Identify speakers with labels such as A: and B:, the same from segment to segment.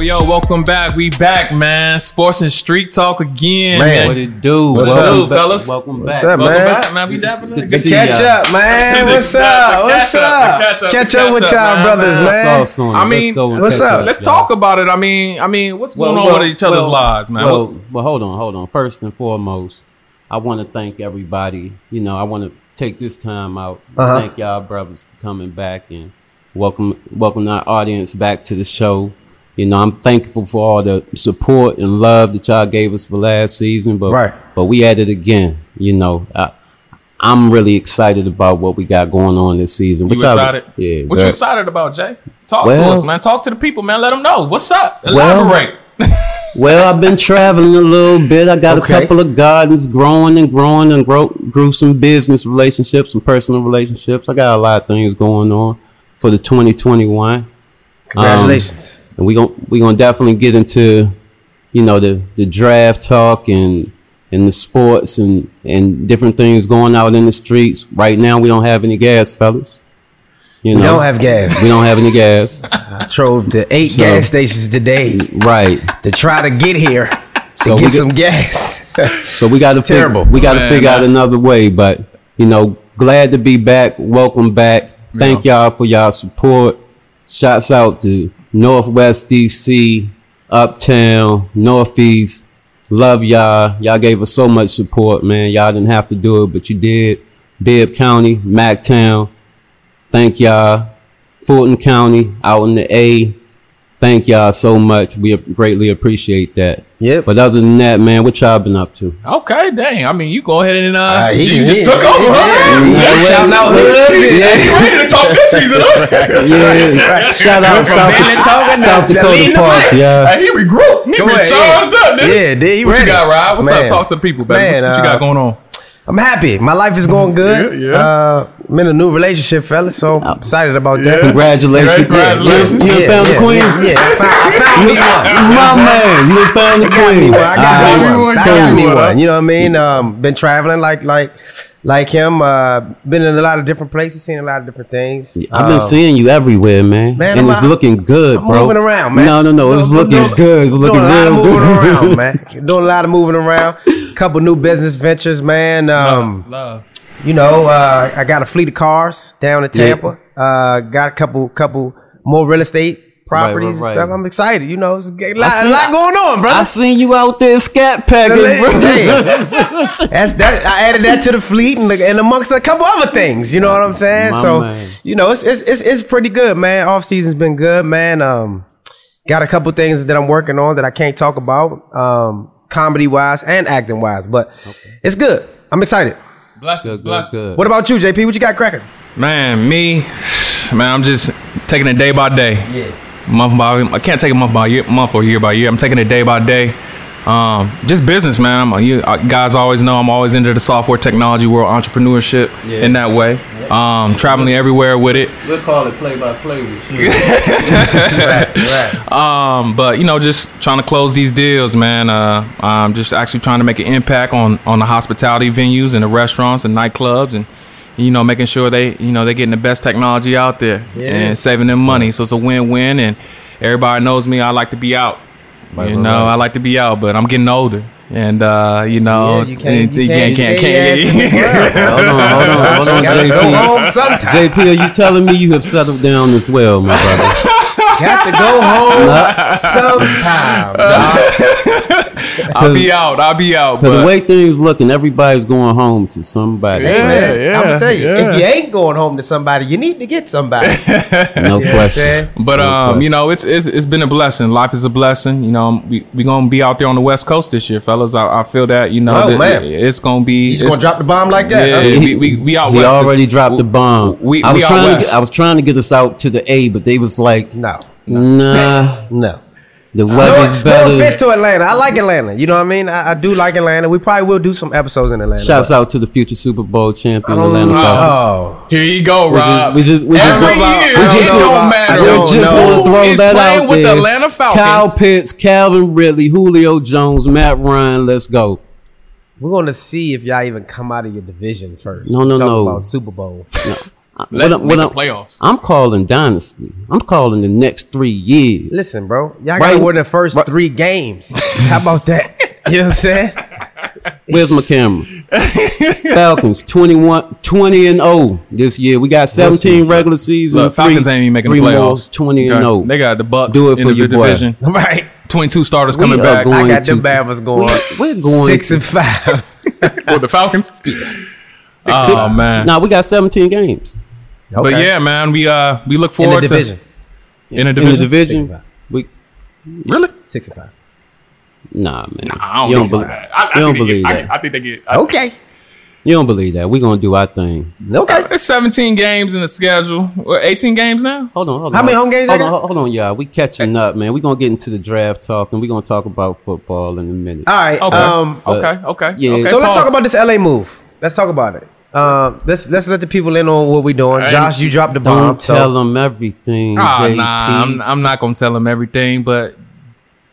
A: yo, welcome back. We back, man. Sports and street talk again.
B: Man.
C: What it do?
B: What's
C: welcome
A: up,
C: back,
A: fellas?
C: Welcome
B: What's
C: back.
B: up,
A: Welcome
B: man?
A: back, man. We dabbing in
C: Good
A: again.
C: to
B: The
C: See
B: catch
C: ya.
B: up, man.
A: The
B: What's
A: catch up,
B: up?
A: the
B: What's
A: catch up,
B: up?
A: the catch up,
B: Catch
A: the
B: up
A: catch
B: with
A: up, man,
B: y'all brothers,
A: man.
C: Let's all
B: man.
C: soon.
A: I
C: Let's
A: mean,
C: go and
B: what's
C: catch
B: up?
A: Let's
C: y'all.
A: talk about it. I mean, I mean, what's
C: Well,
A: going on
C: well,
A: with each other's
C: well,
A: lives, man?
C: Well, well, hold on, hold on. First and foremost, I want to thank everybody. You know, I want to take this time out.
B: Uh-huh.
C: Thank y'all, brothers, for coming back and welcome, welcome our audience back to the show. You know, I'm thankful for all the support and love that y'all gave us for last season, but
B: Right.
C: but we at it again. You know, I, I'm really excited about what we got going on this season.
A: you
C: What y'all-
A: excited?
C: Yeah.
A: What you
C: very-
A: excited about, Jay? Talk to
C: Well-
A: us, man. Talk to the people, man. Let them know what's up.
C: Well-
A: Elaborate.
C: Well, I've been traveling a little bit. I got
B: Okay.
C: a couple of gardens growing and growing and grow, grew some business relationships and personal relationships. I got a lot of things going on for the 2021.
B: Congratulations.
C: And we're going we gonna definitely get into, you know, the, the draft talk and and the sports and, and different things going out in the streets. Right now, we don't have any gas, fellas. You know,
B: We don't have gas.
C: we don't have any gas.
B: I drove to eight
C: So-
B: gas stations today
C: right.
B: to try to get here to
C: So
B: get
C: we
B: some gas.
C: So we got to
B: It's terrible.
C: We got to
A: Man,
C: figure out
A: I-
C: another way. But you know, glad to be back. Welcome back. Thank y'all for y'all support. Shouts out to Northwest DC, Uptown, Northeast. Love y'all. Y'all gave us so much support, man. Y'all didn't have to do it, but you did. Bibb County, MacTown. Thank y'all. Fulton County, out in the A. Thank y'all so much. We greatly appreciate that.
B: Yep.
C: But other than that, man, what y'all been up to?
A: Okay, dang. I mean, you go ahead and uh,
B: Uh, he-
A: you just
B: he-
A: took
B: he-
A: over. huh?
B: he-
A: Yeah,
B: he-
A: shit.
B: Shout out hood.
A: Yeah, you ready to talk this season? huh?
C: Yeah, shout out
B: From
C: South,
B: Manitoba to-
C: South
B: to
C: Dakota
B: leading the
C: Park.
B: way.
C: Yeah,
A: Hey, he regrouped. He
B: Go
A: been
B: ahead,
A: charged
B: yeah.
A: up, nigga.
B: Yeah, dude, he
A: What you
B: ready.
A: got, Rob? What's up?
B: Man.
A: Talk to the people, baby.
B: Man,
A: what you got
B: uh,
A: going on?
B: I'm happy. My life is going good.
A: Yeah, yeah.
B: Uh, I'm in a new relationship, fella, so I'm excited about that.
C: congratulations.
A: Congratulations.
C: Oh. You, you found the queen.
B: Yeah, yeah. I found, I found me one.
C: My man, you found the
B: got me
C: queen.
B: one. I got
C: All
B: me
C: right.
B: Ah, one. I
C: Cool.
B: got me one. You know what I mean? Um, been traveling like like like him. Uh, been in a lot of different places, seen a lot of different things.
C: I've been
B: Um,
C: seeing you everywhere, man.
B: man,
C: and
B: I'm
C: it's
B: out-
C: looking good,
B: I'm
C: bro.
B: moving around, man.
C: No, no, no. It's
B: No, no,
C: looking
B: no.
C: good. It's looking
B: doing a lot of
C: real
B: moving
C: good.
B: around, man. Doing a lot of moving around. Couple new business ventures, man. Um,
A: Love.
B: you know, uh, I got a fleet of cars down in Tampa. Uh, got a couple couple more real estate properties
C: right,
B: and stuff.
C: right.
B: I'm excited. You know, it's a lot,
C: I
B: a
C: see-
B: lot going on, brother.
C: I seen you out there scat packing, bro.
B: Hey, that's that. I added that to the fleet and, and amongst a couple other things. You know what I'm saying?
C: My
B: so
C: man.
B: you know, it's, it's it's it's pretty good, man. Off season's been good, man. Um, got a couple things that I'm working on that I can't talk about, um, comedy wise and acting wise, but it's good. I'm excited.
A: Blessings,
C: Good,
A: blessings.
C: good.
B: What about you, JP? What you got cracking?
A: Man, me, man, I'm just taking it day by day. Yeah. Month by I can't take it month by year, month or year by year. I'm taking it day by day. Um, just business, man. I'm, you uh, guys always know I'm always into the software technology world, entrepreneurship
C: Yeah.
A: in that way. Um, traveling everywhere with it.
C: We'll call it play by play with you.
A: Um, but you know, just trying to close these deals, man. Uh, I'm just actually trying to make an impact on on the hospitality venues and the restaurants and nightclubs and you know making sure they you know they're getting the best technology out there and saving them money. So it's a win-win, and everybody knows me. I like to be out.
C: Right,
A: you
C: right,
A: know,
C: right.
A: I like to be out, but I'm getting older. And uh, you know,
B: Yeah, you can't-
A: and-
B: Oh, you can't Oh,
A: yeah, can't-
B: stay ass in the
C: Hold on, hold on, hold on,
B: Gotta go
C: JP.
B: home sometime.
C: JP, are you telling me you have settled down as well, my brother?
B: Got to go home sometime. dog.
A: I'll be out. I'll be out.
C: Because the
A: but-
C: way things looking, everybody's going home to somebody. man.
A: Yeah, yeah,
B: I'm gonna tell you,
A: yeah.
B: if you ain't going home to somebody, you need to get somebody.
C: No
B: Yeah,
C: question.
B: okay.
A: But
C: No
A: um,
C: question.
A: you know, it's, it's it's been a blessing. Life is a blessing. You know, um, we we gonna be out there on the West Coast this year, fellas. I, I feel that you know,
B: Oh,
A: that
B: man.
A: it's gonna be.
B: You just
A: it's-
B: gonna drop the bomb like that?
A: Yeah,
B: huh?
A: we, we, we out
C: He
A: west.
C: already dropped the bomb.
A: we-
C: I
A: we
C: was
A: out
C: trying to
A: west.
C: get, I was trying to get us out to the A, but they was like,
B: No,
C: nah,
B: no.
C: the
B: No,
C: weather's
B: no offense
C: better.
B: to Atlanta. I like Atlanta. You know what I mean? I, I do like Atlanta. We probably will do some episodes in Atlanta.
C: Shouts out to the future Super Bowl champion
B: but-
C: Atlanta Falcons.
B: Oh,
A: Here you go, Rob.
C: we just- we just
A: every
B: gonna-
A: year.
B: we
A: it
B: just
A: don't
B: gonna-
A: matter.
B: we
C: We're
B: don't
C: just
B: know.
C: gonna throw
A: Who is
C: that
A: playing
C: out
A: with
C: there.
A: the Atlanta
C: Kyle
A: Falcons?
C: Pitts, Calvin Ridley, Julio Jones, Matt Ryan. Let's go.
B: we're gonna see if y'all even come out of your division first.
C: No, no,
B: Talk
C: no.
B: About Super Bowl.
A: Let-
C: I'm-
A: make the
C: I'm-
A: playoffs.
C: I'm calling dynasty. I'm calling the next three years.
B: Listen, bro, y'all all
C: Right.
B: gotta win the first
C: Right.
B: three games. How about that? You know what I'm saying?
C: Where's my camera? Falcons 21, 20 and 0 this year. We got 17 regular season.
A: Look, Falcons
C: three-
A: ain't even making
C: three
A: the
C: more,
A: playoffs.
C: 20
A: Okay.
C: and oh. 0.
A: They got the Bucks.
C: Do it
A: in
C: for
A: the
C: your boy.
A: division.
B: Right.
A: Twenty-two starters coming
C: are
A: back.
C: going-
B: I got
C: to-
B: them Bama's going
C: We're going
B: six and five.
A: With the Falcons. oh man.
C: Now we got 17 games
A: But yeah, man, we uh we look
B: in the
A: forward
B: division,
A: to in a
C: in the
A: division.
B: Six
C: division.
B: and
C: We
A: Really?
B: six and five.
C: nah, man.
A: I
C: you
A: don't think
C: don't
A: so.
C: believe
A: I, I
C: you don't
A: think they
C: believe
A: get,
C: that.
A: I, I think they get. I-
B: Okay,
C: you don't believe that. We're gonna do our thing.
B: okay.
A: There's 17 games in the schedule. What, 18 games now.
C: Hold on, hold on.
B: How many home games
C: Hold
B: they
C: on,
B: got?
C: hold on, y'all. We catching up, man. We gonna get into the draft talk, and we gonna talk about football in a minute.
B: All right.
A: Okay.
B: Um,
A: okay. Okay.
C: yeah.
A: Okay.
C: Hey,
B: so let's
A: pause.
B: talk about this LA move. Let's talk about it. Um, let's let's let the people in on what we're doing.
A: I-
B: Josh, you dropped the bomb.
C: Don't
B: so-
C: tell them everything.
A: Ah,
C: JP.
A: nah, I'm, I'm not gonna tell them everything, but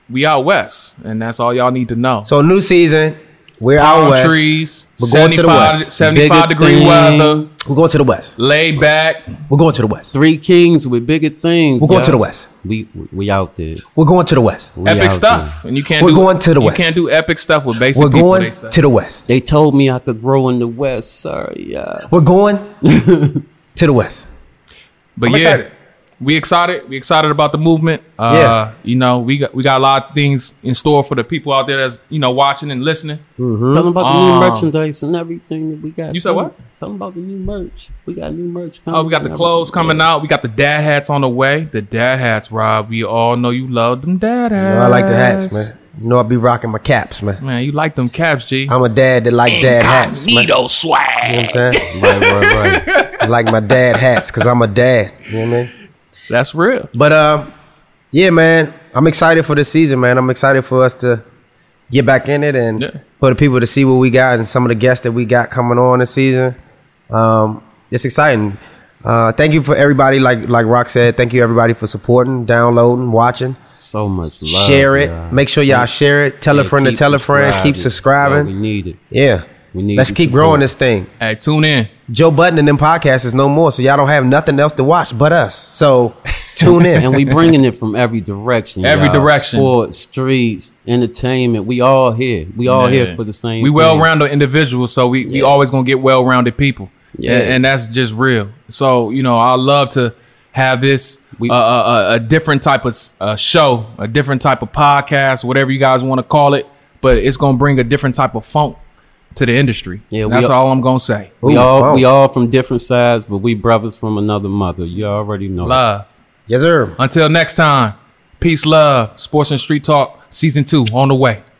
A: we out west, and that's all y'all need to know.
B: So new season, we're out
A: Palm
B: west.
A: trees,
B: We're going to the
A: 75,
B: west.
A: 75
C: Bigger
A: degree
C: thing.
A: weather,
B: We're going to the west.
A: laid back.
B: We're going to the west.
C: Three kings with bigger things.
B: We're going
C: y'all.
B: to the west.
C: We we out there.
B: We're going to the west.
C: We
A: epic
C: out
A: stuff,
C: there.
A: and you can't.
B: We're
A: do,
B: going to the
A: you
B: West.
A: can't do epic stuff with basic
B: We're
A: people.
B: going
A: they say.
B: to the west.
C: They told me I could grow in the West. Sorry, yeah.
B: We're going to the west.
A: but
B: I'm
A: yeah,
B: excited.
A: we excited. We excited about the movement. Uh,
B: Yeah.
A: you know, we got we got a lot of things in store for the people out there that's you know watching and listening.
C: Tell them about the
A: Um,
C: new merchandise and everything that we got.
A: You said
C: coming.
A: what?
C: Tell them about the new merch. We got new merch coming.
A: Oh, we got the
C: and
A: clothes
C: everything.
A: coming out. We got the dad hats on the way. The dad hats, Rob. We all know you love them dad hats.
B: I like the hats, man. You know I be rocking my caps, man.
A: Man, you like them caps, G.
B: I'm a dad that like dad hats. Man. You know
A: Incognito swag.
B: what I'm saying? right, right, right. I like my dad hats because I'm a dad. You know what I mean?
A: That's real.
B: But um, yeah, man, I'm excited for this season, man. I'm excited for us to get back in it and
A: Yeah.
B: for the people to see what we got and some of the guests that we got coming on this season. Um, it's exciting. Uh, thank you for everybody, like like Rock said. Thank you everybody for supporting, downloading, watching,
C: So much love.
B: share it.
C: y'all.
B: Make sure y'all share it. Tell a
C: Yeah,
B: friend to
C: keep
B: tell a friend. Keep
C: Yeah,
B: subscribing.
C: we need it.
B: Yeah,
C: We need
B: let's
C: the
B: keep
C: support.
B: growing this thing.
A: Hey, tune in.
B: Joe Button and them podcasts is no more, so y'all don't have nothing else to watch but us. So tune in.
C: and we bringing it from every direction.
A: Every
C: y'all.
A: direction.
C: Sports, streets, entertainment. We all here. We all
A: Yeah.
C: here for the same.
A: We
C: thing.
A: well rounded individuals, so we, we always gonna get well rounded people.
C: Yeah.
A: And, and that's just real. So, you know, I love to have this
C: We-
A: uh, uh, uh, a different type of uh, show, a different type of podcast, whatever you guys want to call it, but it's gonna bring a different type of funk to the industry.
C: Yeah, we
A: that's
C: are-
A: all I'm gonna say.
C: We
B: Ooh,
C: all
B: phone.
C: we all from different sides, but we brothers from another mother. You already know.
A: Love.
B: yes, sir.
A: Until next time, peace, love, sports and street talk, season two on the way.